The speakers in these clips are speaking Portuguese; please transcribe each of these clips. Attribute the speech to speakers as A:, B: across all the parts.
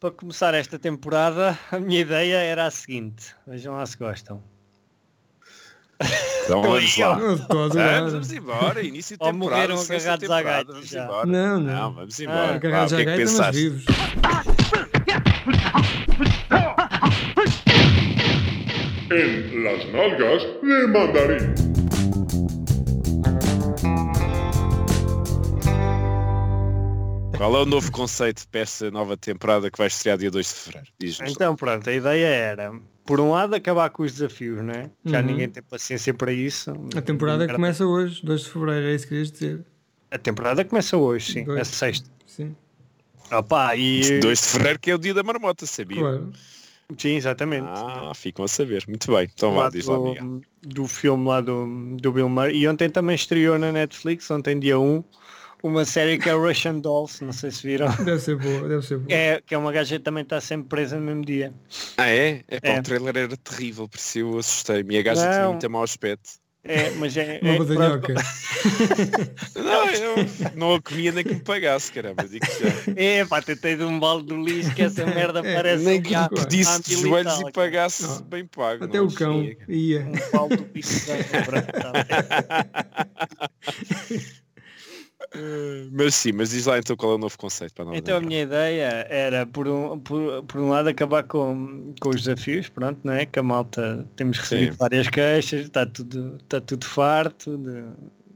A: para começar esta temporada, a minha ideia era a seguinte. Vejam lá se gostam.
B: Então vamos lá.
C: Não, estou a adorar.
B: Vamos, vamos embora, início de
A: Ou
B: temporada,
A: morreram
B: sexta
A: agarrados à
B: temporada,
A: gaita,
B: vamos
A: já.
B: embora.
C: Não, não.
B: Não, vamos embora. Vá, o
C: Cagados
B: que
C: à
B: é que
C: gaita, mas
B: pensaste?
C: vivos.
D: en las nalgas de mandarín.
B: Qual é o novo conceito para essa nova temporada que vai estrear dia 2 de Fevereiro? Diz-nos.
A: Então pronto, a ideia era, por um lado, acabar com os desafios, não é? Já
C: Uhum.
A: ninguém tem paciência para isso.
C: A temporada
A: Era-
C: começa hoje, 2 de Fevereiro, é isso que querias dizer.
A: A temporada começa hoje, sim.
C: Dois.
A: É sexta.
C: Sim,
A: Opa, e...
B: 2 de Fevereiro que é o dia da marmota, sabia?
C: claro.
A: Sim, exatamente.
B: Ah, ficam a saber. Muito bem. Então
A: lá
B: vá, diz lá, Miguel.
A: do, do filme lá do, do Bill Murray. E ontem também estreou na Netflix, ontem dia 1, uma série que é Russian Dolls, não sei se viram.
C: Deve ser boa, deve ser boa.
A: É, que é uma gaja que também está sempre presa no mesmo dia.
B: Ah, é? É, pá,
A: É.
B: o trailer era terrível, por isso eu assustei-me. E a gaja tinha
A: Não.
B: muito mau aspecto.
A: É, mas é.
C: Uma
A: é-
C: badalhoca.
B: Não, eu não a comia nem que me pagasse, caramba. Digo já.
A: É, pá, tentei de um balde do lixo que essa merda
C: É,
A: parece
C: nem
A: um
C: que
A: ga-
C: me
B: Disse de
A: anti-letal,
B: joelhos e
A: cara.
B: pagasse
C: Não.
B: bem pago.
C: Até
B: não
C: o cão
B: sei.
C: ia.
A: Um balde do lixo já é branco,
B: Eh, Mas sim, mas diz lá então qual é o novo conceito para a nova
A: Então a
B: temporada.
A: minha ideia era, por um, por, por um lado, acabar com, com os desafios, pronto, não é? Que a malta, temos recebido
B: Sim.
A: várias queixas, está tudo, está tudo farto. de-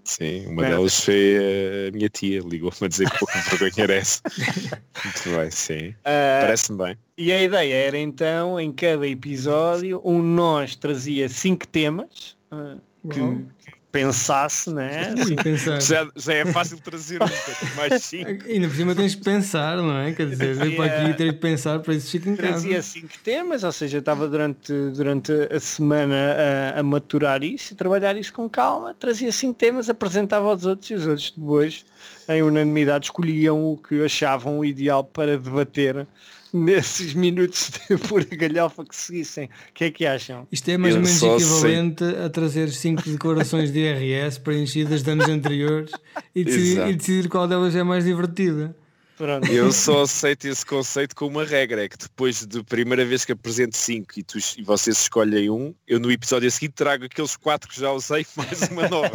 B: Sim, uma
A: Merda.
B: delas foi eh, a minha tia, ligou-me a dizer que pouco vergonha era essa. Muito bem, sim.
A: Ah,
B: Parece-me bem.
A: e a ideia era então, em cada episódio, um de nós trazia cinco temas ah, que
C: Uau.
A: pensasse, né?
C: Sim, pensar.
B: Já, já é fácil trazer um, quanto mais cinco.
C: Ainda por cima tens que pensar, não é? Quer dizer, veio para aqui e ter que pensar para isso fica em casa.
A: Trazia cinco temas, ou seja, estava durante, durante a semana a, a maturar isso e trabalhar isso com calma, trazia cinco temas, apresentava aos outros e os outros depois, em unanimidade, escolhiam o que achavam o ideal para debater nesses minutos de pura galhofa que seguissem. O que é que acham?
C: Isto é mais ou
B: Eu
C: menos
B: só
C: equivalente a trazer cinco declarações de IRS preenchidas de anos anteriores e decidir,
B: Exato.
C: e decidir qual delas é mais divertida.
A: Pronto.
B: Eu só aceito esse conceito com uma regra, é que depois da primeira vez que apresento cinco e, tu, e vocês escolhem um, eu no episódio a seguir trago aqueles quatro que já usei mais uma nova.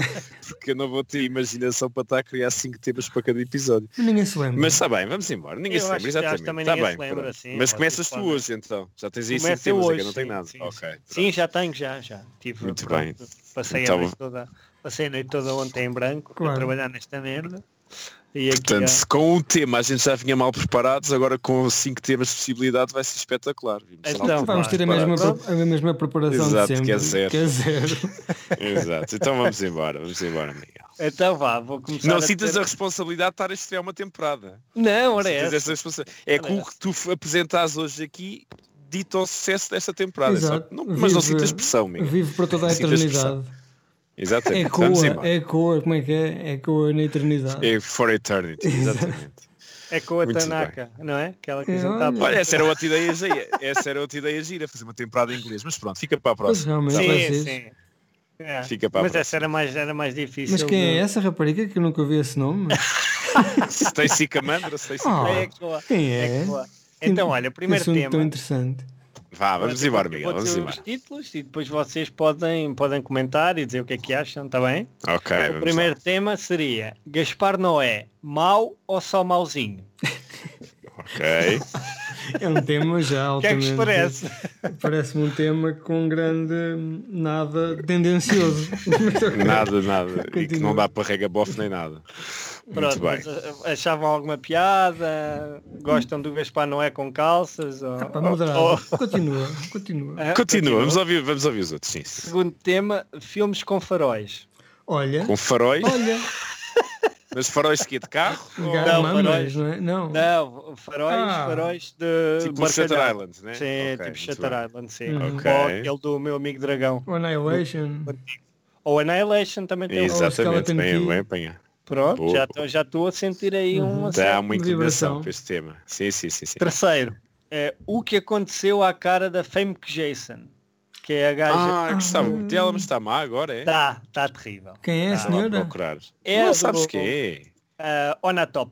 B: Porque eu não vou ter imaginação para estar a criar cinco temas para cada episódio.
C: Mas ninguém se lembra.
B: Mas está bem, vamos embora.
A: Eu
B: Ninguém se
A: acho
B: lembra,
A: que- acho que também
B: exatamente. Está
A: ninguém
B: bem,
A: se lembra,
B: pronto.
A: sim,
B: Mas
A: vocês
B: começas tu
A: podem.
B: hoje então. Já tens aí cinco
A: Começa
B: temas,
A: hoje,
B: ainda não tem
A: sim,
B: nada.
A: sim,
B: ok.
A: Sim, já tenho, já, já. Tive,
B: Muito bem.
A: Passei,
B: Então-
A: a noite toda, passei a noite toda ontem em branco
C: Claro.
A: a trabalhar nesta merda. E aqui
B: Portanto,
A: ah,
B: se com um tema a gente já vinha mal preparados, agora com cinco temas de possibilidade vai ser espetacular. Vimos
A: Então,
B: algo
C: Vamos ter a
B: preparado.
C: mesma, pro- a mesma preparação
B: Exato,
C: de sempre.
B: que é zero.
C: Que é zero.
B: Exato, então vamos embora, vamos embora, Miguel.
A: Então vá, vou começar.
B: Não
A: a
B: sintas
A: ter-
B: a responsabilidade de estar a estrear uma temporada.
A: Não, ora é.
B: Sintas
A: essa.
B: essa responsa- É
A: Ora
B: com o
A: essa.
B: que tu f- apresentares hoje aqui dito ao sucesso desta temporada. É Só
C: Exato.
B: que não- mas não
C: Vive-
B: sintas pressão, Miguel.
C: Vivo para toda a
B: Sintas
C: eternidade.
B: Exatamente.
C: É
B: vamos
C: coa,
B: embora.
C: é coa, como é que é? É coa na eternidade.
B: É for eternity, exatamente.
A: É com a
B: Muito
A: Tanaka, não é? Aquela que a
C: É,
A: gente está
C: olha.
B: Olha, essa era outra ideia gira. Essa era outra ideia gira, fazer uma temporada em inglês. Mas pronto, fica para a
C: Pois
B: próxima.
C: realmente
B: Tá
C: vai
B: bem.
C: ser.
A: Sim, sim. É.
B: Fica para a
A: Mas
B: próxima.
A: essa era mais, era mais difícil.
C: Mas quem é
A: de-
C: essa rapariga que eu nunca ouvi esse nome?
B: Stacy Camandra, Stacy
C: Ah.
B: Camandra.
A: É Koa.
C: Quem é?
A: É Koa. Então, olha, primeiro
C: Assunto tão
A: tema.
C: interessante.
B: Vá, vamos embora, Miguel,
A: Vou
B: vamos
A: dizer os
B: embora.
A: títulos e depois vocês podem, podem comentar e dizer o que é que acham, está bem? o
B: Ok, É, vamos lá.
A: primeiro tema seria Gaspar Noé, mau ou só mauzinho?
B: Ok.
C: É um tema já
A: O que é que
C: altamente...
A: vos parece?
C: Parece-me um tema com grande hum, nada tendencioso.
B: Nada, nada. E que
C: Continua.
B: não dá para rega bof nem nada.
A: Pronto,
B: Muito bem.
A: mas, ah, achavam alguma piada? Gostam do Gaspar Noé com calças? Ou,
C: Pá, moderado.
A: ou-
C: Continua, continua.
A: Ah,
B: Continua, vamos ouvir, vamos ouvir os outros, sim. sim.
A: Segundo tema, filmes com faróis.
C: Olha,
B: Com faróis,
C: olha,
B: mas faróis é de quê? De carro?
C: ligar
A: Oh. Não,
C: mamas,
A: faróis.
C: não é? Não.
A: Não, faróis,
C: Ah.
A: faróis de
B: Tipo
A: barcalhau.
B: Shutter Island, né?
A: Sim,
B: Ok,
A: tipo
B: muito
A: Shutter
B: bem.
A: Island, sim.
C: Uhum.
B: Ok.
A: Ou aquele do meu amigo dragão.
C: O Annihilation.
A: Ou Annihilation também tem. um.
C: Exato.
B: Exatamente,
C: Skeleton
B: bem,
C: Key.
B: bem apanhado.
A: Pronto,
B: Boa.
A: já estou já estou a sentir aí
C: Uhum.
A: um
B: Dá
A: acerto.
B: uma
C: Vibração.
B: inclinação para este tema. Sim, sim, sim. sim.
A: Terceiro, é, o que aconteceu à cara da Fame Jason? Que é a gaja...
B: Ah, eu gostava muito dela, mas está má agora, é?
A: Tá, tá terrível.
C: Quem é a
A: Tá.
B: Vá
C: senhora?
B: procurar.
A: É
B: não
A: do-
B: sabes quem é.
A: Ah, Ona Top.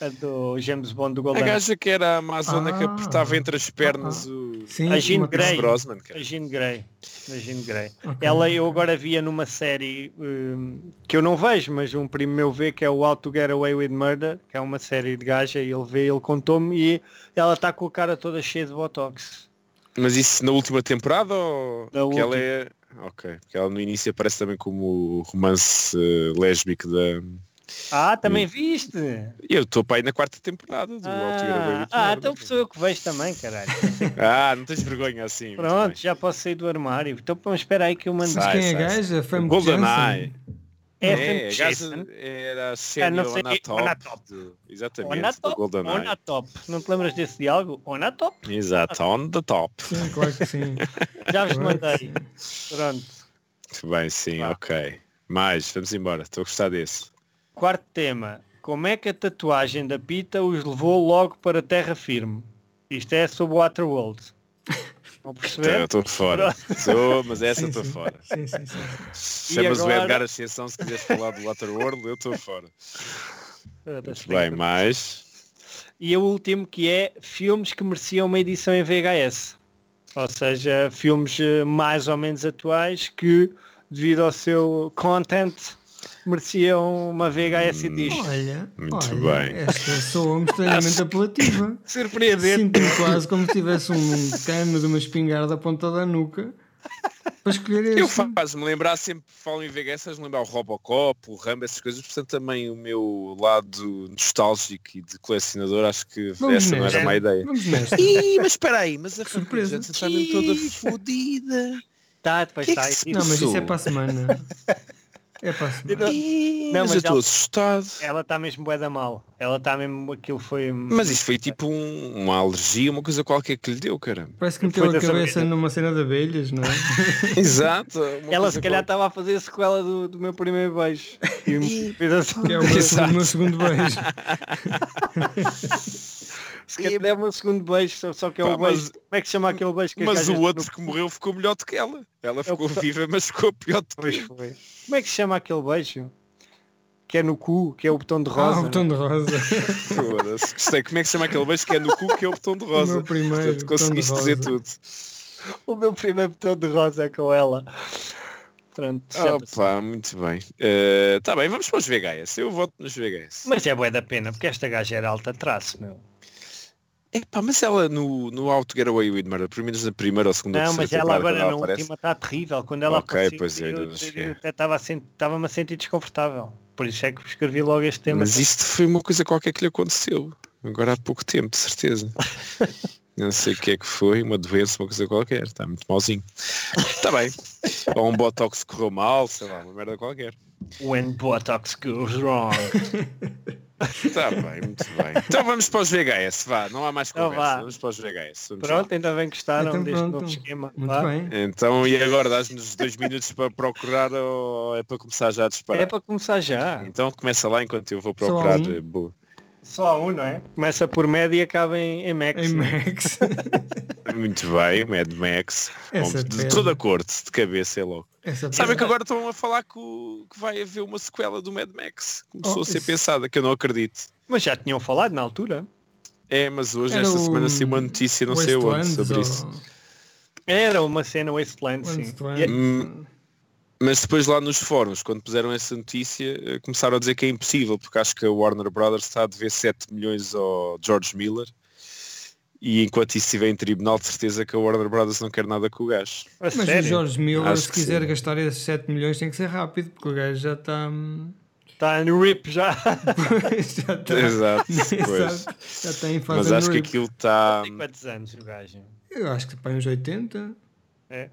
A: a do James Bond do
B: A
A: Golden
B: gaja que era a Amazona que
C: Ah.
B: apertava entre as pernas
C: Ah,
B: o
C: Sim,
A: A Jean
C: uma-
A: Grey.
B: Pierce Brosnan. cara.
A: A Jean Grey. A Jean Grey.
C: Ok.
A: Ela eu agora via numa série hum, que eu não vejo, mas um primo meu vê que é o How to Get Away with Murder, que é uma série de gaja, e ele vê, ele contou-me e ela está com a cara toda cheia de botox.
B: Mas isso na última temporada ou
A: Na
B: que ela
A: última.
B: é. Ok. Porque ela no início aparece também como o romance eh, lésbico da.
A: Ah, também viste?
B: Eu estou para aí na quarta temporada do How to Get Away
A: Ah,
B: with
A: ah,
B: Murder.
A: então sou eu que vejo também, caralho.
B: Ah, não tens vergonha assim. muito
A: Pronto,
B: bem.
A: já posso sair do armário. Então pá, espera aí que eu mando.
B: Sai.
C: Quem é a
B: Sai, sai.
C: gaja? Femme
B: Golden
C: Jensen?
B: Eye.
A: É,
B: É, a
A: Frank
B: gaja
A: Jason.
B: era a
A: Ah,
B: série
A: não sei,
B: Onatop.
A: Onatop.
B: do-
A: On
B: Exatamente,
A: a
B: do
A: top,
B: Golden
A: on a
B: Eye.
A: top. Não te lembras desse diálogo? On a top.
B: Exato, on the top.
C: Sim, claro que sim.
A: Já vos
C: Claro que
A: mandei.
C: sim.
A: Pronto.
B: Muito bem, sim,
A: Vá.
B: ok. Mais, vamos embora, estou a gostar desse.
A: Quarto tema. Como é que a tatuagem da Pita os levou logo para terra firme? Isto é sobre Waterworld. Vão perceber?
B: Estou Então, fora. Estou, mas essa estou
C: sim.
B: fora.
C: Sim, sim, sim.
B: Chamas o
A: agora-
B: Edgar Ascensão se quiseres falar do Waterworld, eu estou fora. Muito bem, mais.
A: Eh, E o último que é filmes que mereciam uma edição em VHS. Ou seja, filmes eh, mais ou menos atuais que, devido ao seu content, mereciam uma
B: Hum.
A: VHS disco.
C: Olha,
B: Muito
C: olha,
B: bem.
C: esta soa completamente um apelativa.
B: Oh,
A: Surpreendente.
C: Sinto-me quase como se tivesse um cano de uma espingarda apontada à nuca para escolher este.
B: Eu faço-me lembrar, sempre falo em VHS, faz-me lembrar o Robocop, o Rambo, essas coisas, portanto também o meu lado nostálgico e de colecionador, acho que
C: Vamos
B: essa não
C: nesta.
B: era má ideia.
C: Vamos nesta.
B: Ih, mas espera aí, mas a
C: Surpresa.
B: Surpresa. está mesmo toda fodida.
A: Tá, depois
B: Que é
A: tá
B: que
A: aí.
B: se-
C: Não, mas isso é
B: Isso.
C: para a semana. É para a semana.
B: Ih,
A: Não,
B: mas
A: mas
B: eu estou
A: ela-
B: assustado.
A: Ela está mesmo bué da mal. Ela está mesmo... Aquilo foi...
B: Mas isso foi tipo um- uma alergia, uma coisa qualquer que lhe deu, caramba.
C: Parece
A: Foi
C: que meteu a
A: dessa
C: cabeça
A: vez.
C: numa cena de abelhas, não é?
B: Exato. uma
A: Ela
B: coisa
A: se calhar estava a fazer a sequela do, do meu primeiro beijo. E me fez assim.
C: Que é o meu,
B: Exato.
C: o meu segundo beijo.
A: Se calhar é o meu segundo beijo, só, só que é o
B: Pá, mas-
A: beijo. Como é que se chama aquele beijo que as
B: Mas
A: gajas
B: o outro
A: no-
B: que morreu ficou melhor do É que ela. Ela ficou
A: puta-
B: viva, mas ficou pior do
A: Pois
B: que
A: foi. Como é que se chama aquele beijo? Que é no cu, que é o botão de rosa.
C: ah, o botão de rosa.
B: Foda-se. Gostei. Como é que se chama aquele beijo que é no cu que é o botão de
C: O
B: rosa?
C: meu primeiro
B: Portanto,
C: botão de
B: conseguiste dizer
C: rosa.
B: tudo.
A: né? O meu primeiro botão de rosa é com ela. Pronto.
B: Ah,
A: assim. já passou.
B: Opa, muito bem. Eh, tá bem, vamos para os VHS. Eu voto nos VHS.
A: Mas é bué da pena, porque esta gaja era alta traço, meu.
B: Epá, mas ela no, no How to Get Away with Murder, pelo menos na primeira ou segunda ou
A: Não,
B: terceira
A: mas ela
B: temporada,
A: agora
B: quando
A: na
B: aparece,
A: última está terrível. Quando ela
B: Ok,
A: apareceu,
B: pois é, eu ainda
A: eu-
B: não
A: eu
B: cheguei.
A: até estava a sent- estava-me a sentir desconfortável. Por isso é que escrevi logo este tema.
B: Mas isto foi uma coisa qualquer que lhe aconteceu. Agora há pouco tempo, de certeza. Não sei o que é que foi, uma doença, uma coisa qualquer. Está muito malzinho. Está bem. Ou um botox que correu mal, sei lá, uma merda qualquer.
A: When Botox goes wrong.
B: Está bem, muito bem. Então vamos para os VHS, vá. Não há mais
A: Então
B: conversa.
A: vá.
B: Vamos para os VHS. Vamos lá.
A: Pronto, ainda bem que gostaram
C: Então
A: deste
C: pronto.
A: novo esquema.
C: Muito
A: vá.
C: bem.
B: Então, e agora? Dás-nos dois minutos para procurar ou é para começar já a disparar?
A: É para começar já.
B: Então começa lá enquanto eu vou
C: Só
B: procurar.
C: um?
B: eh, boa.
A: Só um, não é? Começa por média e acaba em, em Max.
C: Em
A: não é?
C: Max.
B: Muito bem, Mad Max.
C: Essa
B: Bom, de
C: pedra.
A: um.
B: toda a corte, de cabeça é logo.
C: Essa
B: Sabem
C: pedra.
B: que agora estão a falar que, o- que vai haver uma sequela do Mad Max. Começou
C: Oh,
B: a ser
C: isso.
B: pensada, que eu não acredito.
A: Mas já tinham falado na altura.
B: É, mas hoje,
C: Era
B: esta
C: o
B: semana, saiu uma notícia, não sei onde,
C: Westlands
B: sobre
C: ou-
B: isso.
A: Era uma cena Wasteland, sim.
C: Westlands.
B: Hum, Mas depois lá nos fóruns, quando puseram essa notícia, eh, começaram a dizer que é impossível, porque acho que a Warner Brothers está a dever 7 milhões ao George Miller. E enquanto isso estiver em tribunal, de certeza que a Warner Brothers não quer nada com o gajo.
A: é, A
C: Mas o
A: sério?
C: Jorge Miller,
B: Acho
C: se
B: que
C: quiser
B: sim.
C: gastar esses 7 milhões, tem que ser rápido, porque o gajo já está. hum,
A: Está no tá RIP já.
C: já está.
B: Exato, pois.
C: Exato. Já está em fase
B: Mas acho que
C: Unreal.
B: aquilo tá- está...
A: Tem quantos anos o gajo?
C: Eu acho que para uns 80,
A: É.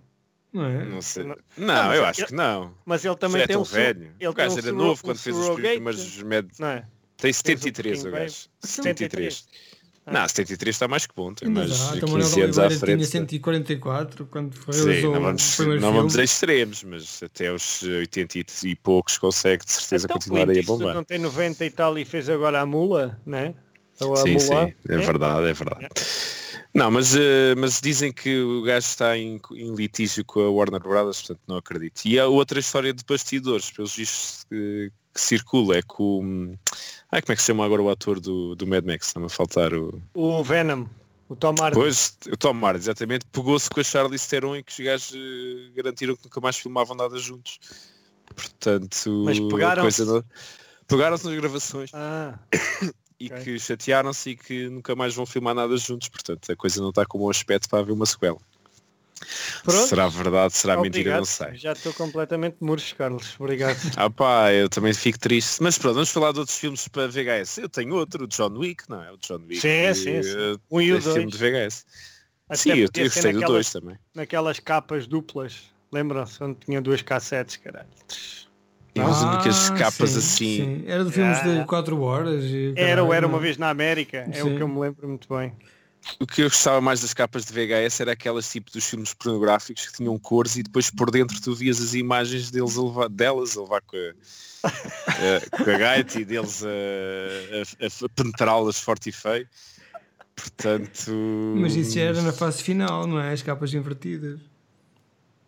C: não é?
B: Não sei.
A: Não,
B: Não,
A: mas
B: eu
A: é-
B: acho que não.
A: Mas ele
B: Também
A: também tem
B: é tão
A: um... sur-
B: velho.
A: Ele
B: o gajo
A: tem um
B: era
A: sur-
B: novo
A: um
B: quando fez os
A: surrogate,
B: primeiros med...
A: Não é?
B: Tem 73 o
A: pouquinho
B: gajo.
A: bem.
B: 73.
A: tá.
B: Não, 73 está mais que bom, tem
C: Ainda
B: mais
C: dá, então o Manuel
B: 15
C: de
B: anos à
C: Oliveira tinha
B: frente. tá.
C: 144 quando
B: Sim,
C: realizou
B: não
C: o
B: vamos,
C: primeiro
B: não vamos a
C: filme.
B: extremos, mas até os 80 e- e poucos consegue de certeza
A: Então,
B: continuar aí a
A: Clint Eastwood
B: bombar.
A: não tem 90 e tal e fez agora a mula, né? Ou a
B: Sim, sim,
A: mula.
B: é verdade, é verdade. Não, mas, eh, mas dizem que o gajo está em, em litígio com a Warner Brothers, portanto não acredito. E há outra história de bastidores, pelos vistos que, que circula, é que o, Ai, como é que se chama agora o ator do, do Mad Max? Está-me a faltar o...
A: O Venom, o Tom Hardy.
B: Pois, o Tom Hardy, exatamente, pegou-se com a Charlize Theron e que os gajos eh, garantiram que nunca mais filmavam nada juntos. Portanto,
A: Mas
B: a
A: pegaram-se.
B: coisa não- Pegaram-se nas gravações
A: Ah,
B: e
A: ok.
B: que chatearam-se e que nunca mais vão filmar nada juntos. Portanto, a coisa não está com bom aspecto para haver uma sequela.
A: pronto.
B: Será verdade, será mentira,
A: Obrigado.
B: não sei.
A: Já estou completamente murcho, Carlos. Obrigado.
B: Ah pá, eu também fico triste. Mas pronto, vamos falar de outros filmes para VHS. Eu tenho outro, o John Wick, não é? O John Wick.
A: Sim,
B: eh,
A: sim, sim.
B: é
A: Um e o
B: filme
A: dois.
B: de VHS.
A: Até
B: sim, eu, eu
A: podia ser
B: gostei do
A: naquelas-
B: 2 também.
A: Naquelas capas duplas. Lembram-se? Onde tinha duas cassetes, caralho.
B: E umas únicas
C: Ah,
B: capas
C: sim,
B: assim. Ah.
C: sim. Era de filmes
A: Yeah.
C: de 4 horas. e
A: Era ou
C: caralho,
A: era
C: não.
A: uma vez na América. É
C: Sim.
A: o que eu me lembro muito bem.
B: O que eu gostava mais das capas de VHS era aquelas tipo dos filmes pornográficos que tinham cores e depois por dentro tu vias as imagens deles a levar, delas a levar com a, a- com a gaita e deles a, a- a penetrá-las forte e feio. Portanto.
C: Mas isso já era na fase final, não é? As capas invertidas.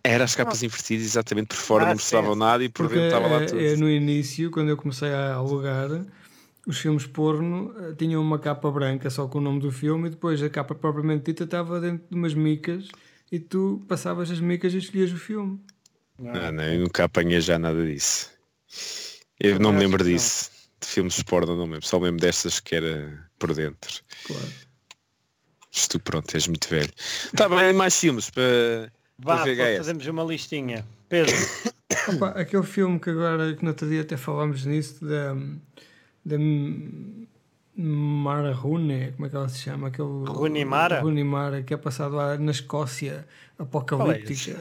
B: Era as capas invertidas, exatamente por fora
A: Ah,
B: não mostravam
A: sim.
B: nada e por
C: Porque
B: dentro estava lá
C: eh,
B: tudo.
C: eh, no início, quando eu comecei a alugar, os filmes porno eh, tinham uma capa branca só com o nome do filme e depois a capa propriamente dita estava dentro de umas micas e tu passavas as micas e escolhias o filme.
B: Não, não, eu nunca apanhei já nada disso. Eu não me
A: acho
B: lembro
A: que não.
B: disso. De filmes de porno não me lembro. Só me lembro destas que era por dentro.
C: Claro.
B: Mas tu pronto, és muito velho. Tá bem, mais filmes para,
A: Vá, pô,
B: para VHS.
A: fazemos uma listinha. Pedro,
C: Opa, aquele filme que agora, que no outro dia até falámos nisso, da, da M- Mara Rune, como é que ela se chama? Aquele,
A: Rooney Mara?
C: Rooney Mara, que é passado lá na Escócia apocalíptica.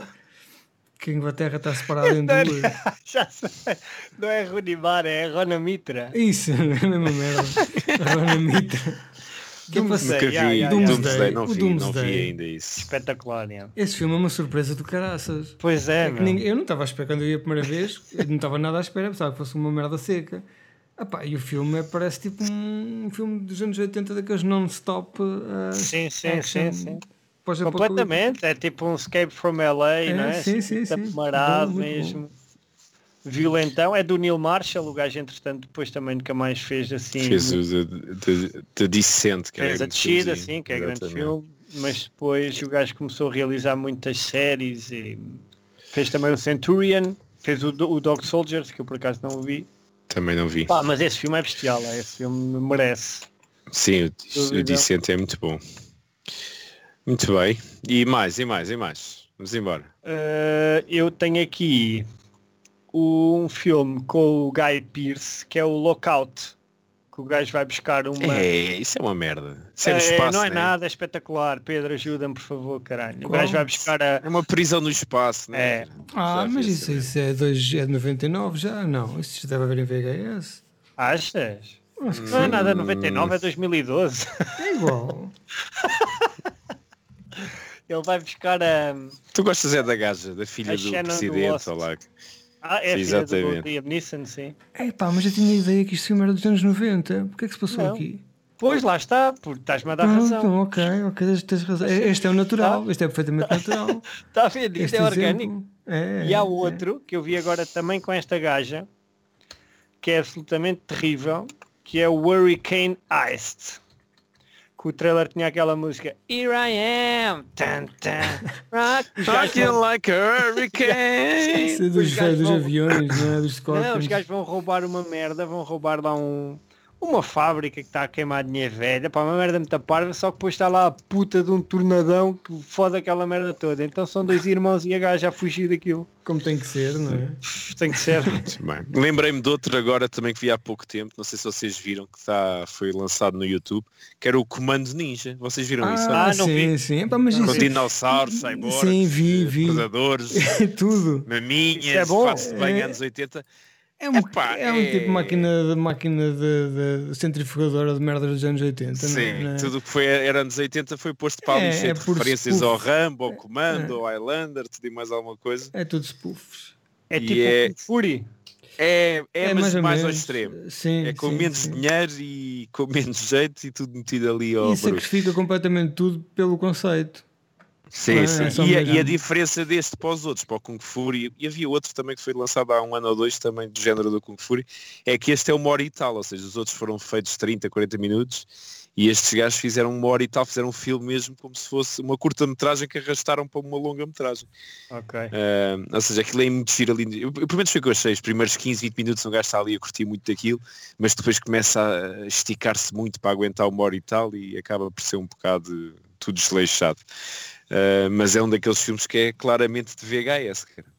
C: que a Inglaterra está separada em duas.
A: já sei. Não é Runimar, é Rona Mitra.
C: Isso, é a mesma merda. Rona Mitra. Que
A: Doomsday.
C: é
B: Nunca
C: passado-
B: vi
A: Yeah, yeah,
B: Doomsday,
A: yeah.
B: não,
C: O
B: vi, não vi
C: Doomsday.
B: ainda isso.
A: Espetacular, né?
C: Esse filme é uma surpresa do caraças.
A: Pois é,
C: É que
A: meu.
C: ninguém- eu não estava à espera quando eu vi a primeira vez, eu não estava nada à espera, pensava que fosse uma merda seca. Ah pá, e o filme é- parece tipo um, filme dos anos 80 daqueles non-stop. ah,
A: Sim, sim,
C: action
A: sim, sim.
C: pós-apocalíptico.
A: Completamente, é tipo um escape from LA, não é?
C: sim, sim, sim.
A: Tamarado
C: Bom, muito bom.
A: mesmo. Violentão, é do Neil Marshall, o gajo entretanto depois também nunca mais fez assim,
B: Fez o de- de de Descent, que era
A: fez a
B: grande
A: descida,
B: filmezinho.
A: assim, que é grande
B: Exatamente.
A: filme, mas depois o gajo começou a realizar muitas séries e fez também o Centurion, fez o, Do- o Dog Soldiers, que eu por acaso não o vi.
B: Também não vi.
A: Pá, mas esse filme é bestial, é, esse filme merece.
B: Sim, o, o
A: Dúvida.
B: Descent é muito bom. Muito bem. E mais, e mais, e mais. Vamos embora.
A: Eh, eu tenho aqui um filme com o Guy Pearce que é o Lockout. Que o gajo vai buscar uma.
B: É, isso é uma merda. Isso é no
A: Eh,
B: espaço,
A: não é
B: né?
A: nada é espetacular. Pedro, ajuda-me, por favor, caralho. O
C: Qual?
A: gajo vai buscar a.
B: É uma prisão no espaço, né?
A: É.
C: Ah,
B: Já vi
C: mas
B: essa
C: isso, isso é, dois, é de 99 já? Não, isso já deve haver em VHS.
A: Achas? Não é nada 99, é
B: Hum.
A: 2012.
C: É igual.
A: Ele vai buscar a.
B: Tu gostas é da gaja, da filha
A: A
B: do
A: Shannon é do
B: presidente,
A: Lost.
B: ou lá.
A: Ah, é a
B: Sim,
A: filha do
B: exatamente.
A: Liam Neeson, sim.
C: É pá, mas eu tinha a ideia que isto filme era dos anos 90. Porquê é que se passou
A: Não.
C: aqui?
A: Pois lá está, porque estás-me a dar
C: Pronto,
A: razão.
C: ok, ok, tens- tens razão. Este é o natural, este é perfeitamente natural.
A: Está a ver? Isto
C: Este
A: é orgânico.
C: exemplo é,
A: E há
C: é.
A: outro que eu vi agora também com esta gaja, que é absolutamente terrível, que é o Hurricane Heist. Que o trailer tinha aquela música Here I am! Tan, tan, rock. Os gajos
B: Talking
A: vão-
B: like a hurricane.
C: Isso é dos,
A: Os gajos
C: dos
A: vão-
C: aviões, não é? Dos
A: Não, os
C: Scorpions.
A: gajos vão roubar uma merda, vão roubar lá um, uma fábrica que está a queimar dinheiro velha, pá, uma merda muito parva, só que depois está lá a puta de um tornadão que foda aquela merda toda. Então são dois irmãos e a gaja a fugir daquilo.
C: Como tem que ser, não é?
A: Tem que ser.
B: Muito bem. Lembrei-me de outro agora também que vi há pouco tempo, não sei se vocês viram, que tá, foi lançado no YouTube, que era o Comando Ninja. Vocês viram isso? é-
A: Ah, não
C: sim,
A: vi.
C: sim. Epá, mas
B: Com
C: isso
B: dinossauros, cyborgs,
C: Sim, vi, vi.
B: predadores,
C: é tudo.
B: maminhas,
A: Isso é bom.
B: faz-se bem
C: É.
B: anos 80.
C: É um,
B: Epá,
C: é um tipo
B: é-
C: de máquina, de, máquina de, de centrifugadora de merdas dos anos 80.
B: Sim,
C: não é?
B: tudo o que foi, era anos 80 foi posto para ali,
C: É,
B: cheio
C: é
B: de
C: por É,
B: referências
C: spoof.
B: ao Rambo, ao Comando, ao Highlander, tudo e mais alguma coisa.
C: É tudo spoofs.
A: É
B: E
A: tipo
B: é-
A: o Fury.
B: É, é, mas mais,
C: ou
B: ao
C: menos.
B: extremo.
C: Sim,
B: É com
C: sim,
B: menos
C: sim.
B: dinheiro e com menos jeito e tudo metido ali ao
C: E
B: bruto.
C: sacrifica completamente tudo pelo conceito.
B: Sim,
C: Ah,
B: sim.
C: é só
B: E, a,
C: mesmo.
B: e a diferença deste para os outros, para o Kung Fury, e havia outro também que foi lançado há um ano ou dois também do género do Kung Fury, é que este é uma hora e tal, ou seja, os outros foram feitos 30, 40 minutos e estes gajos fizeram uma hora e tal, fizeram um filme mesmo como se fosse uma curta-metragem que arrastaram para uma longa-metragem.
A: Ok.
B: Ah, ou seja, aquilo é muito giro ali. Eu, eu, pelo menos foi o que eu achei. Os primeiros 15, 20 minutos um gajo está ali a curtir muito daquilo, mas depois começa a esticar-se muito para aguentar uma hora e tal e acaba por ser um bocado tudo desleixado. Ah, mas é um daqueles filmes que é claramente de VHS, cara.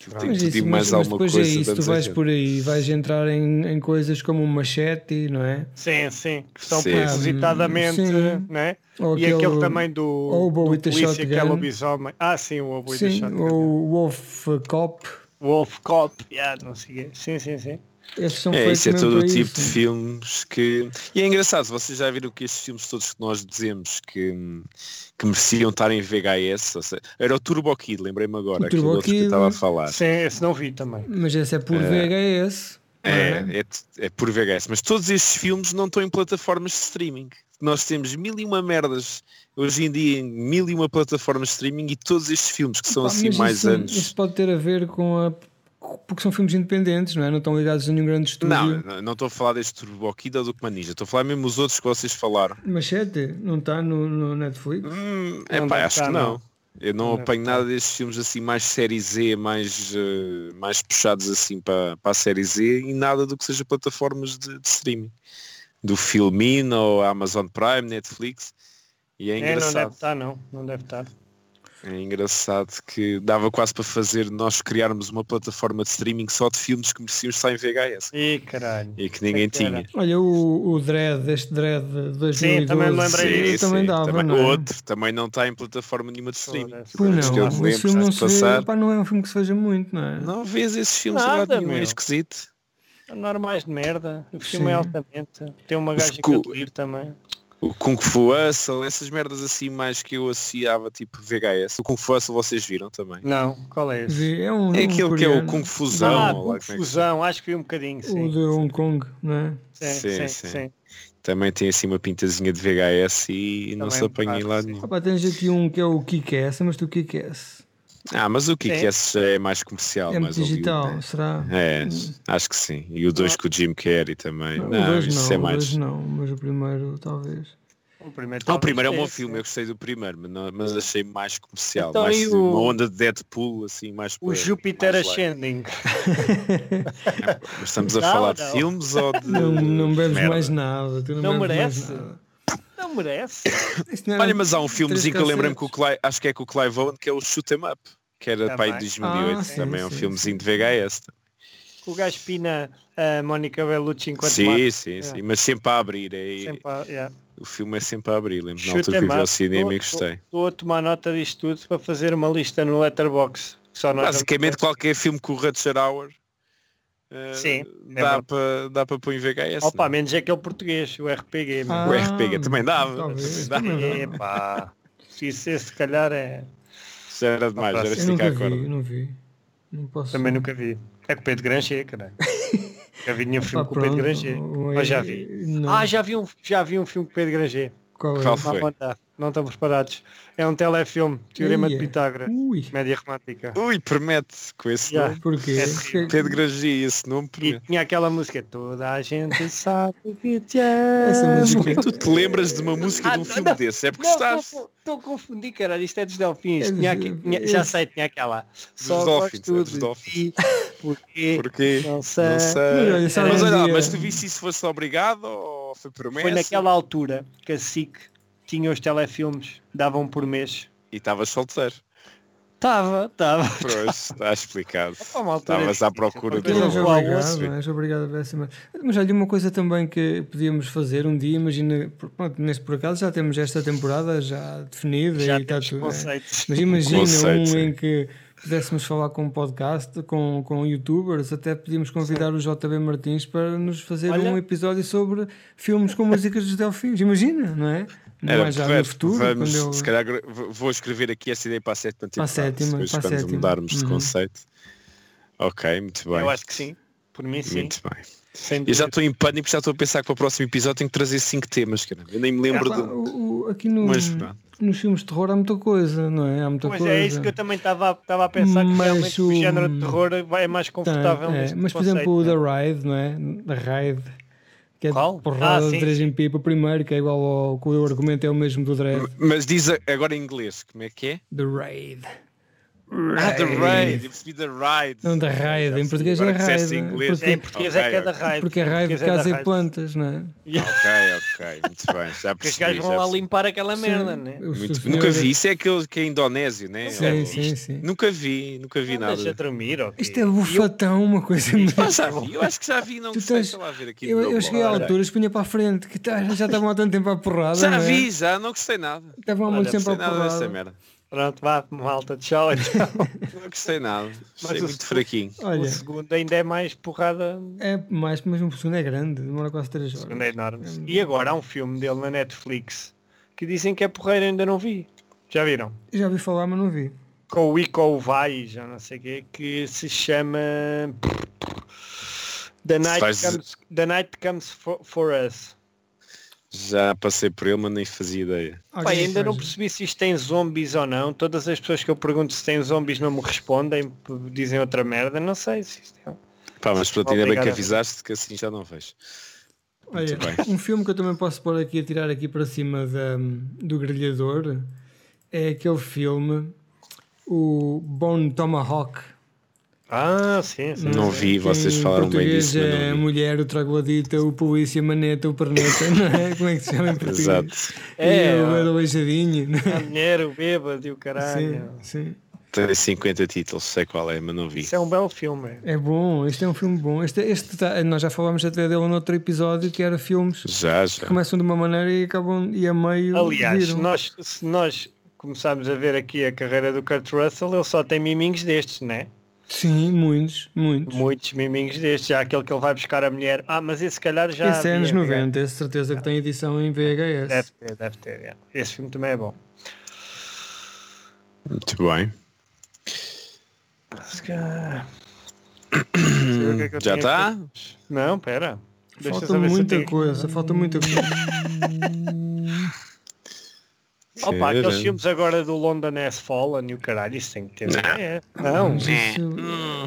B: Aquilo Tem
C: Mas,
B: tudo e
C: isso,
B: mais
C: mas, mas
B: alguma
C: depois
B: coisa.
C: é isso, tu
B: damos
C: vais
B: a-
C: por aí, vais entrar em, em coisas como um machete, não é?
A: Sim, sim. Que estão
B: Sim.
A: propositadamente,
C: Sim.
A: né?
C: Ou
A: E aquele também do,
C: ou o Bowie
A: do
C: the
A: polícia
C: Shotgun.
A: que é lobisomem. Ah, sim, o Obo e the
C: Sim,
A: Shotgun.
C: ou o Wolf Cop.
A: Wolf Cop, yeah, não sei o quê. Sim, sim, sim.
C: Esses são
B: É,
C: feitos
B: isso é
C: um mesmo
B: todo o
C: para
B: tipo de
C: isso.
B: filmes que. E é engraçado, vocês já viram que estes filmes todos que nós dizemos que, que mereciam estar em VHS, ou seja, era o Turbo Kid, lembrei-me agora,
C: O
B: aquele
C: Turbo
B: outro que eu
C: Kid.
B: estava a falar.
A: Sim, esse não vi também.
C: Mas esse é por VHS.
B: É,
C: não
B: é, é por VHS. Mas todos estes filmes não estão em plataformas de streaming. Nós temos mil e uma merdas hoje em dia em mil e uma plataformas de streaming e todos estes filmes que são
C: Pá,
B: assim
C: mas
B: mais
C: isso, é
B: anos.
C: Isso pode ter a ver com a. Porque são filmes independentes, não é? Não estão ligados a nenhum grande estúdio.
B: Não, não- não estou a falar deste Turbo Kid ou do Comanija, estou a falar mesmo os outros que vocês falaram.
C: Machete não está no, no Netflix?
B: Hum,
A: Não
B: epá,
A: deve
B: acho
A: estar,
B: que
A: não.
B: não. Eu não,
A: Não
B: apanho
A: deve
B: nada destes filmes assim mais série Z, mais, eh, mais puxados assim para, para a série Z e nada do que seja plataformas de, de streaming. Do Filmin ou Amazon Prime, Netflix. E
A: É,
B: é
A: não deve
B: engraçado.
A: estar, não. Não deve tá. estar.
B: É engraçado que dava quase para fazer nós criarmos uma plataforma de streaming só de filmes que mereciam estar em VHS.
A: Ih, caralho.
B: E que ninguém
A: que era.
B: tinha.
C: Olha, o, o Dread, este Dread de 2012.
A: Sim, também me lembrei
B: Sim,
A: disso.
B: sim,
C: também dava,
B: também-
C: não é?
B: Outro também não está em plataforma nenhuma de streaming.
A: Foda-se.
B: Pelo
C: Pois
B: menos que eu
C: não,
B: me
C: esse
B: lembro,
C: filme não
B: de
C: se
B: passar.
C: vê, pá, não é um filme que se veja muito, não é?
B: Não vês esses filmes
A: Nada,
B: Nada, nenhum, é
A: meu.
B: esquisito.
A: Normais de merda. O filme
C: Sim.
A: é altamente. Tem uma
B: Mas
A: gaja que
B: cu-
A: eu tiro também.
B: O Kung Fu Hustle, essas merdas assim mais que eu associava tipo VHS. O Kung Fu Hustle vocês viram também.
A: Não, qual é esse?
C: Vê, É,
B: É
C: um, um
B: aquele que é o
C: coreano,
B: Kung Fusão.
A: Ah,
B: ou lá como é que se
A: confusão. Acho que vi um bocadinho,
C: O
A: sim.
C: de Hong Kong, não é?
A: Sim,
B: Sim,
A: sim,
B: sim.
A: sim.
B: chama. Também tem assim uma pintazinha de VHS e não
A: Também
B: se apanha em
A: um
B: lado
A: bocado,
B: nenhum.
C: Ah, pá, tens aqui um que é o Kick-Ass, mas do Kick-Ass
B: Ah, mas o que
A: Sim.
B: que esse já é mais comercial,
C: é
B: mais
C: muito digital,
B: Hollywood, né?
C: será?
B: É, acho que sim. E o 2 com o Jim Carrey também.
C: o
B: Não,
C: dois
B: isso
C: não,
B: é
C: o dois
B: mais.
C: não, mas o primeiro talvez.
A: O primeiro,
B: Ah, o
A: talvez
B: primeiro é um bom
A: esse,
B: filme,
A: né?
B: eu gostei do primeiro, mas, não- mas achei mais comercial,
A: Então,
B: mais
A: e o-
B: uma onda de Deadpool, assim, mais
A: O
B: para-
A: Júpiter
B: mais light.
A: Ascending.
B: Mas Estamos a
A: Não,
B: falar de
A: não.
B: filmes ou de.
C: Não, não bebes
B: merda?
C: mais nada, tu não,
A: Não
C: bebes
A: merece.
C: Mais nada.
A: Não merece.
C: Isso não era-
B: Olha, mas há um filmezinho que eu
C: Três
B: lembrei-me que o Clive, acho que é com o Clive Owen, que é o Shoot 'em Up, que era pai de
A: Também.
B: 2008,
C: Ah, sim,
B: também é um
C: sim,
B: filmezinho de VHS.
A: O gajo pina a Mónica Bellucci enquanto
B: sim,
A: mata.
B: sim,
A: É.
B: sim, mas sempre a abrir. É...
A: Sempre a- yeah.
B: O filme é sempre a abrir, lembro na
A: Shoot
B: altura que
A: 'em
B: eu vi ao
A: up.
B: cinema e
A: Tô-
B: gostei.
A: Estou a tomar nota disto tudo para fazer uma lista no Letterboxd. Só nós
B: Basicamente
A: vamos-
B: qualquer filme com o Rutger Hauer eh,
A: Sim, é
B: dá
A: bom.
B: para dá para pôr em VHS.
A: Opa,
B: não?
A: menos é aquele português, o RPG. meu.
B: O RPG também dava,
C: Talvez,
B: Ah, também
C: também dava.
A: Epá. Se isso é, se calhar é.
B: Já era demais, já era assim
A: Eu
C: Eu
B: esticar
C: nunca
B: a corda.
C: vi, não vi. Não posso.
A: Também nunca vi. É com o Pedro Granger, caralho. Nunca vi nenhum filme
C: Pá,
A: com o Pedro
C: pronto,
A: Granger.
C: ou é-
A: Mas já vi.
C: Não.
A: Ah, já vi, um, já vi um filme com o Pedro Granger.
C: Qual é?
B: Qual
A: Vá
B: foi?
A: mandar. Não estamos preparados. É um telefilme, Teorema de
C: Ia.
A: Pitágoras.
C: é? Ui,
A: Média romântica.
B: Ui, promete com esse
A: Yeah.
B: nome.
C: porquê?
A: É
C: Porque-
B: Pedro Gragia e esse nome
A: E
B: promete.
A: tinha aquela música Toda a gente sabe que te
C: Essa
A: amo
B: Como é que
C: música.
B: tu te lembras de uma música
A: Ah,
B: de
A: não,
B: um filme
A: não.
B: desse? É porque estás
A: Não, estou a confundir, caralho, isto é dos Delfins. Tinha aqui- tinha- já sei, tinha aquela. Só
B: Dolphins, é
A: gosto
B: dos
A: de
B: Dolphins.
A: ti, porque,
B: Porque
A: não sei.
B: não
C: Mas
B: sei.
C: olha, sabe
B: assim, Mas
C: um
B: olha, lá,
C: dia-
B: mas tu viste isso fosse obrigado ou foi um promessa?
A: Foi naquela altura que a SIC tinha os telefilmes, davam por mês.
B: E estavas solteiro.
A: Estava, estava.
B: Pois, está explicado.
A: Opa, uma altura
B: Estavas à
A: difícil,
B: procura
A: uma
B: de
A: coisa
C: Mas és
A: Não,
B: um
A: boa.
C: obrigado,
B: sim.
C: és obrigado a ver assim. Mas, mas olha, uma coisa também que podíamos fazer um dia, imagina, por- pronto, neste por acaso já temos esta temporada já definida
A: Já
C: e está
A: temos
C: tudo. é.
A: conceitos.
C: Mas imagina
B: Conceito,
C: um
B: sim.
C: em que pudéssemos falar com um podcast, com, com youtubers, até podíamos convidar o JB Martins para nos fazer
A: Olha.
C: um episódio sobre filmes com músicas dos Delfins. Imagina, não é? Não
B: Era
C: é já no
B: porreiro.
C: futuro,
B: Vamos,
C: quando eu.
B: se calhar gra- v- vou escrever aqui esta ideia para a sétima
C: Para a sétima,
B: depois
C: para a
B: quando
C: sétima.
B: mudarmos de
C: Uhum.
B: conceito. Ok, muito bem.
A: Eu acho que sim. Por mim sim.
B: Muito bem.
A: Sem
B: Eu já
A: dúvida.
B: estou em
A: É,
B: pânico, já estou a pensar que para o próximo episódio tenho que trazer cinco temas, caramba. Eu nem me
C: Ah,
B: lembro
C: pá,
B: de.
C: o- o- aqui no,
B: Mas pronto.
C: nos filmes de terror há muita coisa, não é? Há muita
A: Pois
C: coisa.
A: é isso que eu também estava a, estava a pensar que
C: Mas
A: realmente o
C: o-
A: género de terror vai- é mais
C: Tem,
A: confortável.
C: é.
A: neste
C: Mas por
A: conceito,
C: exemplo o
A: né?
C: The Ride, não é? The Ride. Que é de
A: Qual?
C: porrada
A: Ah,
C: de
A: sim,
C: 3 em pipa primeiro, que é igual ao. que o argumento é o mesmo do Dread.
B: Mas diz a- agora em inglês, como é que é?
C: The Raid.
B: Ah, The Raid, eu percebi The Ride.
C: É, Não, The Raid, em português é
B: Agora que
C: Raid,
B: disseste em
C: né?
B: inglês.
C: Porque-
A: Em português é que é da raid.
C: Porque a
A: em
C: raiva
A: português
C: de
A: é da
C: casa e
A: raid.
C: plantas, não é?
B: Ok, ok, muito bem. Já
A: Porque os
B: percebi.
A: gajos vão
B: já
A: lá
B: percebi.
A: limpar aquela merda,
C: Sim,
A: né?
C: o
B: Muito bem.
C: senhor-
B: Nunca vi. Isso é aquele que é indonésio, né?
C: Sim,
B: Ou-
C: sim, sim.
B: Nunca vi, nunca vi
A: Não deixa
B: nada.
A: dormir, ok.
C: Isto é bufatão, uma coisa mesmo.
B: Ah, já vi, eu acho que já vi, não
C: Tu
B: gostei,
C: tens-
B: sei lá ver aqui. no
C: Eu,
B: meu
C: eu cheguei a
B: blog.
C: alturas, punha para a frente, que tá- já estavam há tanto tempo à porrada.
B: Já
C: não é?
B: vi, já, não gostei nada.
C: Estavam há
B: Não
C: muito tempo
B: gostei
C: à
B: nada dessa
C: porrada.
B: merda.
A: Pronto, vá, malta, tchau. então.
B: Não gostei nada. Achei
A: o-
B: muito fraquinho.
A: o
C: Olha,
A: segundo ainda é mais porrada. O
C: é mais, mas um segundo é grande, demora quase 3 horas.
A: segundo é enorme. E agora há um filme dele na Netflix que dizem que é porreiro, ainda não vi. Já viram?
C: Já ouvi falar, mas não vi.
A: Com o Ico Vai, já não sei o quê, que se chama The Night
B: Faz-
A: Comes, The Night Comes for, for Us.
B: Já passei por ele, mas nem fazia ideia.
A: Pá,
C: Alguém
A: ainda não
C: faz-
A: percebi se isto tem zombies ou não. Todas as pessoas que eu pergunto se tem zombies não me respondem, p- dizem outra merda. Não sei se isto é.
B: Pá, mas pronto, ainda bem
A: Obrigado.
B: que avisaste que assim já não vejo.
C: Olha, um filme que eu também posso pôr aqui a tirar aqui para cima da, do grelhador é aquele filme o Bone Tomahawk.
A: Ah, sim, sim.
B: Não
C: é?
B: vi,
C: Que
B: vocês
C: em
B: falaram bem
C: português
B: disso, mas
C: é
B: não
C: a
B: vi.
C: mulher, o troglodita, o polícia, a maneta, o perneta, não é? Como é que se chama em português?
B: Exato.
A: É,
C: e o
A: ó.
C: aleijadinho, não
A: A
C: é?
A: mulher, o bêbado e o caralho.
C: Sim, sim.
B: Tem 50 títulos, sei qual é, mas não vi.
A: Isso é um belo filme.
C: É bom, este é um filme bom. Este, este tá- nós já falámos até dele no outro episódio que era filmes que
B: Já, já.
C: começam de uma maneira e acabam e a meio.
A: Aliás, se
C: viram.
A: nós, se nós começarmos a ver aqui a carreira do Kurt Russell, ele só tem miminhos destes, né?
C: Sim, muitos, muitos.
A: Muitos miminhos destes. Já aquele que ele vai buscar a mulher. Ah, mas esse se calhar já.
C: Esse é anos
A: havia,
C: 90, é certeza que tem edição em
A: é. Deve
C: VHS.
A: ter, deve ter. é. Esse filme também é bom.
B: Muito bem.
A: Se calhar- Deixa eu ver o que é que eu
B: Já tá?
A: tenho
B: está?
A: aqui. Não, pera. Deixa
C: Falta
A: eu ver se eu
C: muita
A: tenho-
C: coisa, falta muita coisa.
A: Opa,
B: né?
A: aqueles filmes agora do London Has Fallen e o caralho, isso tem que ter. É, Não,
C: Isso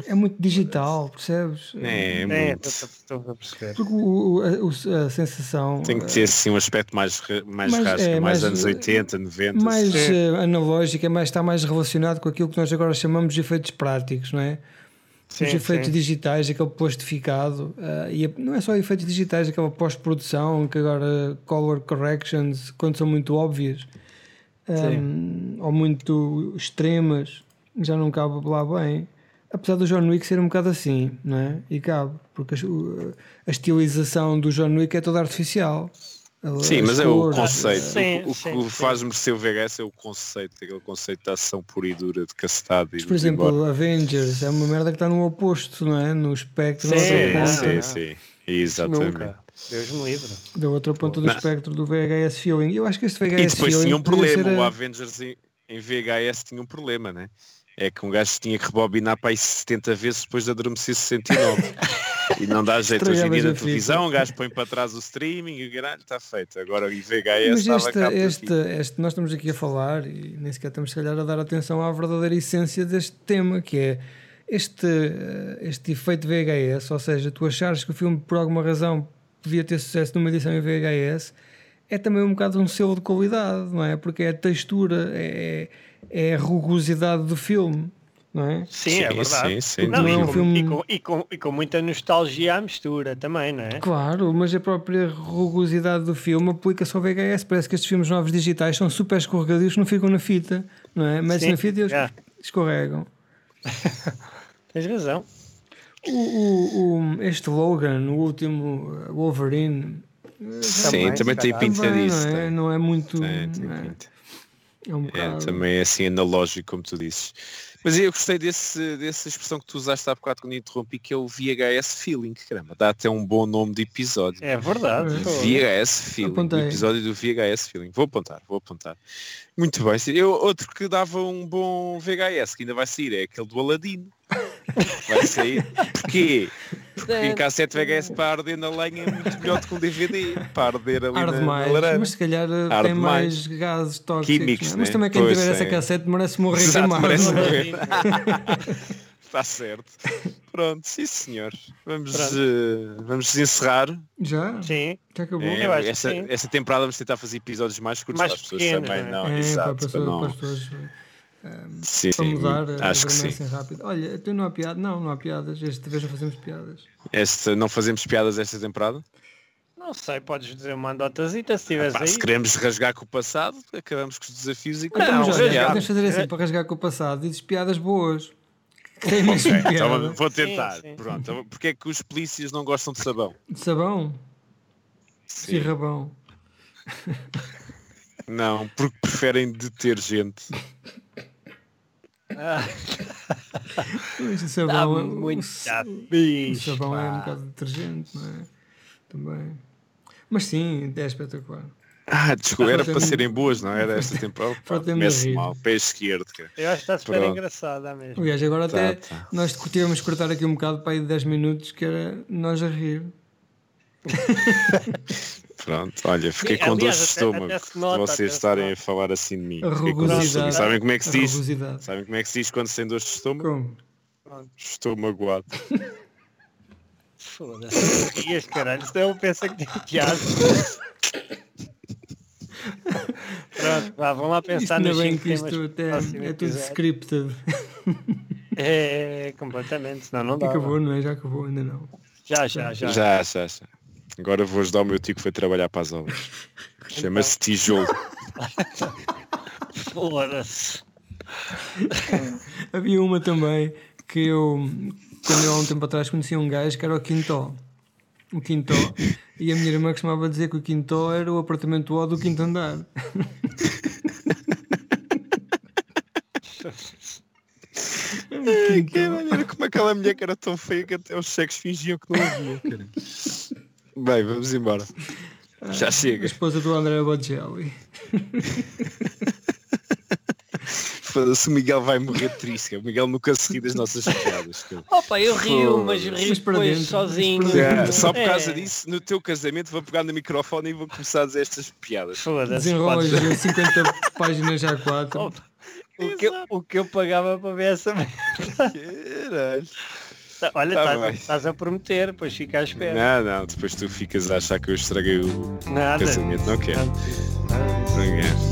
C: é muito digital, percebes?
B: É,
A: é,
B: muito.
A: estou- estou estou a perceber.
C: Porque o- é, o- a, o- a sensação
B: Tem que ter assim um aspecto mais, ra- mais
C: Mas,
B: rasca,
C: é,
B: mais
C: mas,
B: anos 80, 90.
C: mais
B: assim.
C: eh, analógica, mais, está mais relacionado com aquilo que nós agora chamamos de efeitos práticos, não é?
A: Sim,
C: Os efeitos
A: sim.
C: digitais, aquele plastificado, eh, e a- não é só efeitos digitais, aquela pós-produção, que agora color corrections, quando são muito óbvias ehm, ou muito extremas, já não cabe lá bem. Apesar do John Wick ser um bocado assim, não é? E cabe, porque as- o- a, estilização do John Wick é toda artificial. A-
B: Sim,
C: as
B: mas é o
C: cores,
B: conceito.
A: Sim,
B: o, o
A: sim,
B: que
A: sim.
B: faz merecer o VHS é o conceito, aquele conceito da ação pura e dura de cacetada. e
C: Por
B: de
C: exemplo,
B: embora.
C: Avengers é uma merda que está no oposto, não é? No espectro
A: Sim,
C: da, outra
B: sim,
C: ponta,
A: não. é
B: sim, sim. Exatamente.
A: Nunca. Deus me livre.
C: da outra ponta do
B: Não.
C: espectro do VHS Feeling. Eu acho que este VHS
B: E depois
C: Feeling
B: tinha um
C: podia
B: problema.
C: ser
B: O
C: a-
B: Avengers em, em VHS tinha um problema, né? É que um gajo tinha que rebobinar para aí 70 vezes depois de adormecer 69. e não dá jeito hoje em
C: Estragavas
B: dia
C: a
B: na
C: fita.
B: televisão, um gajo põe para trás o streaming e o caralho está feito. Agora em VHS
C: Mas
B: estava cá
C: esta,
B: por
C: esta,
B: aqui.
C: este, nós estamos aqui a falar e nem sequer estamos, se calhar, a dar atenção à verdadeira essência deste tema, que é este, eh, este efeito VHS, ou seja, tu achares que o filme, por alguma razão, podia ter sucesso numa edição em VHS, é também um bocado um selo de qualidade, não é? Porque é a textura, é, é a rugosidade do filme, não é?
A: Sim,
B: Sim,
A: é verdade.
B: sim, sim,
A: Não,
C: também é
A: e,
C: um
A: com,
C: filme-
A: e, com, e, com, e com muita nostalgia à mistura também, não é?
C: Claro, mas a própria rugosidade do filme aplica-se ao VHS. Parece que estes filmes novos digitais são super escorregadios, não ficam na fita, não é? Metes
A: Sim,
C: na fita e eles
A: já.
C: escorregam.
A: Tens razão.
C: O, o- o- este Logan, o último eh, Wolverine,
B: Sim, também tem pinta
C: também,
B: disso.
C: não, é?
B: tem.
C: não é muito.
B: Tem, tem
C: não é?
B: pinta.
C: É um
B: É,
C: bocado.
B: também é assim analógico, como tu disses. Mas eu gostei desse, dessa expressão que tu usaste há bocado quando interrompi, que é o VHS Feeling. Caramba, dá até um bom nome de episódio.
A: É verdade. pô.
B: VHS Feeling,
C: Apontei.
B: o episódio do VHS Feeling. Vou apontar, vou apontar. Muito bem. Eu, outro que dava um bom VHS, que ainda vai sair, é aquele do Aladino. Vai sair. Porquê? Porque em cassete VHS para arder na lenha é muito melhor do que um DVD. Para arder ali
C: Arde
B: na,
C: mais,
B: na laranja.
C: mas se calhar eh,
B: é Arde
C: tem mais,
B: mais.
C: gases tóxicos.
B: Químicos,
C: não é? Mas
B: né?
C: também quem
B: Pois,
C: tiver essa
B: é.
C: cassete merece morrer
B: Exato,
C: queimado.
B: parece
C: não é?
B: morrer. Está certo. Pronto, sim senhor. Vamos,
A: Pronto.
B: eh, vamos encerrar.
C: Já?
A: Sim.
C: Já acabou?
B: Eh,
A: Hum, Eu acho que
B: essa,
A: sim.
B: essa temporada vamos tentar fazer episódios mais curtos
A: Mais
B: para as pessoas
A: pequenos,
B: também.
A: não
B: Não,
C: É, para,
B: exato,
C: pessoas-
B: para não-
C: para as pessoas
B: Sim,
C: para mudar eh,
B: acho que
C: a
B: sim.
C: assim rápido. Olha, tu não há piada? Não, não há piadas. Esta vez não fazemos piadas.
B: Esta, não fazemos piadas esta temporada.
A: Não sei, podes dizer uma andotazita se tiveres
C: é
B: Pá,
A: aí.
B: se queremos rasgar com o passado, acabamos com os desafios e
C: Ah, então,
B: não,
C: mas olha, podemos
B: piadas.
C: fazer assim, para rasgar com o passado, dizes piadas boas. Que tem mesmo piada.
B: Então, vou tentar.
A: sim.
B: Pronto. então, Porque é que os polícias não gostam de sabão?
C: De sabão, cirrabão.
B: Não, porque preferem detergente.
C: Mas o
A: Dá
C: sabão, é-
B: um-
C: o,
A: muito
C: sa- o
A: bicho,
C: sabão é um
A: pá.
C: bocado detergente, não é? Também. Mas sim, é espetacular.
B: Ah, desculpa, era
C: Foi
B: para
C: tendo-
B: serem boas, não é? era esta temporada? Pá,
C: tendo
B: Começo
C: rir.
B: mal, pé esquerdo, cara.
A: Eu acho que está super
B: Pronto.
A: engraçada mesmo.
C: Aliás, agora
B: Tá,
C: até
B: tá.
C: nós tivemos que cortar aqui um bocado para aí de 10 minutos, que era nós a rir.
B: Pronto, olha, fiquei
A: Sim,
B: com dor
A: aliás,
B: de
A: até-
B: estômago
A: até se
B: de
A: nota, até
B: vocês
A: se
B: estarem
A: nota.
B: a falar assim de mim. Fiquei
C: A
B: com dor de estômago.
C: rugosidade.
B: Sabem como é que
C: A
B: se diz?
C: rugosidade.
B: Sabem como é que se diz quando se tem dor de estômago?
C: Como?
B: Estou magoado.
A: Foda-se. Dias, caralho. Isto é um pensa que tem piada. Pronto, vá, vão lá
C: Isto
A: pensar
C: ainda
A: nos
C: bem
A: cinco
C: que
A: temas
C: isto
A: do
C: até
A: próximo
C: é tudo
A: episódio.
C: scripted.
A: É, completamente, senão não dá.
C: Acabou, não é? Já acabou, ainda não.
A: Já, já, já.
B: Já, já, já. Agora vou ajudar o meu tio que foi trabalhar para as obras. Chama-se
A: Então.
B: tijolo.
A: Foda-se.
C: Havia uma também que eu, quando eu há um tempo atrás conheci um gajo que era o Quintó. O Quintó. E a minha irmã costumava dizer que o Quintó era o apartamento O do quinto andar.
B: Caralho, era como aquela mulher que era tão feia que até os cegos fingiam que não havia. Bem, vamos embora. Já
C: A
B: chega.
C: esposa do André Bocelli.
B: Foda-se, o Miguel vai morrer triste. cara. O Miguel nunca se ri das nossas piadas. cara.
A: Opa, eu rio, mas
B: Foda-se.
A: rio
C: Tipo, Mas para
A: depois
C: dentro, mas
A: sozinho.
C: para
B: Yeah,
C: dentro.
B: Só por
A: É.
B: causa disso, no teu casamento vou pegar no microfone e vou começar a dizer estas piadas.
A: Foda-se.
C: Desenrolas
A: podes-
C: 50 páginas já 4.
A: Opa, o, que eu, o que eu pagava para ver essa merda.
B: Caralho.
A: Olha,
B: Tá
A: estás-
B: bem.
A: estás a prometer, depois fica à espera.
B: Não, não, depois tu ficas a achar que eu estraguei o
A: Nada. ну
B: casamento. Não quero.
A: Nada disso. Nada disso.
B: Não quero.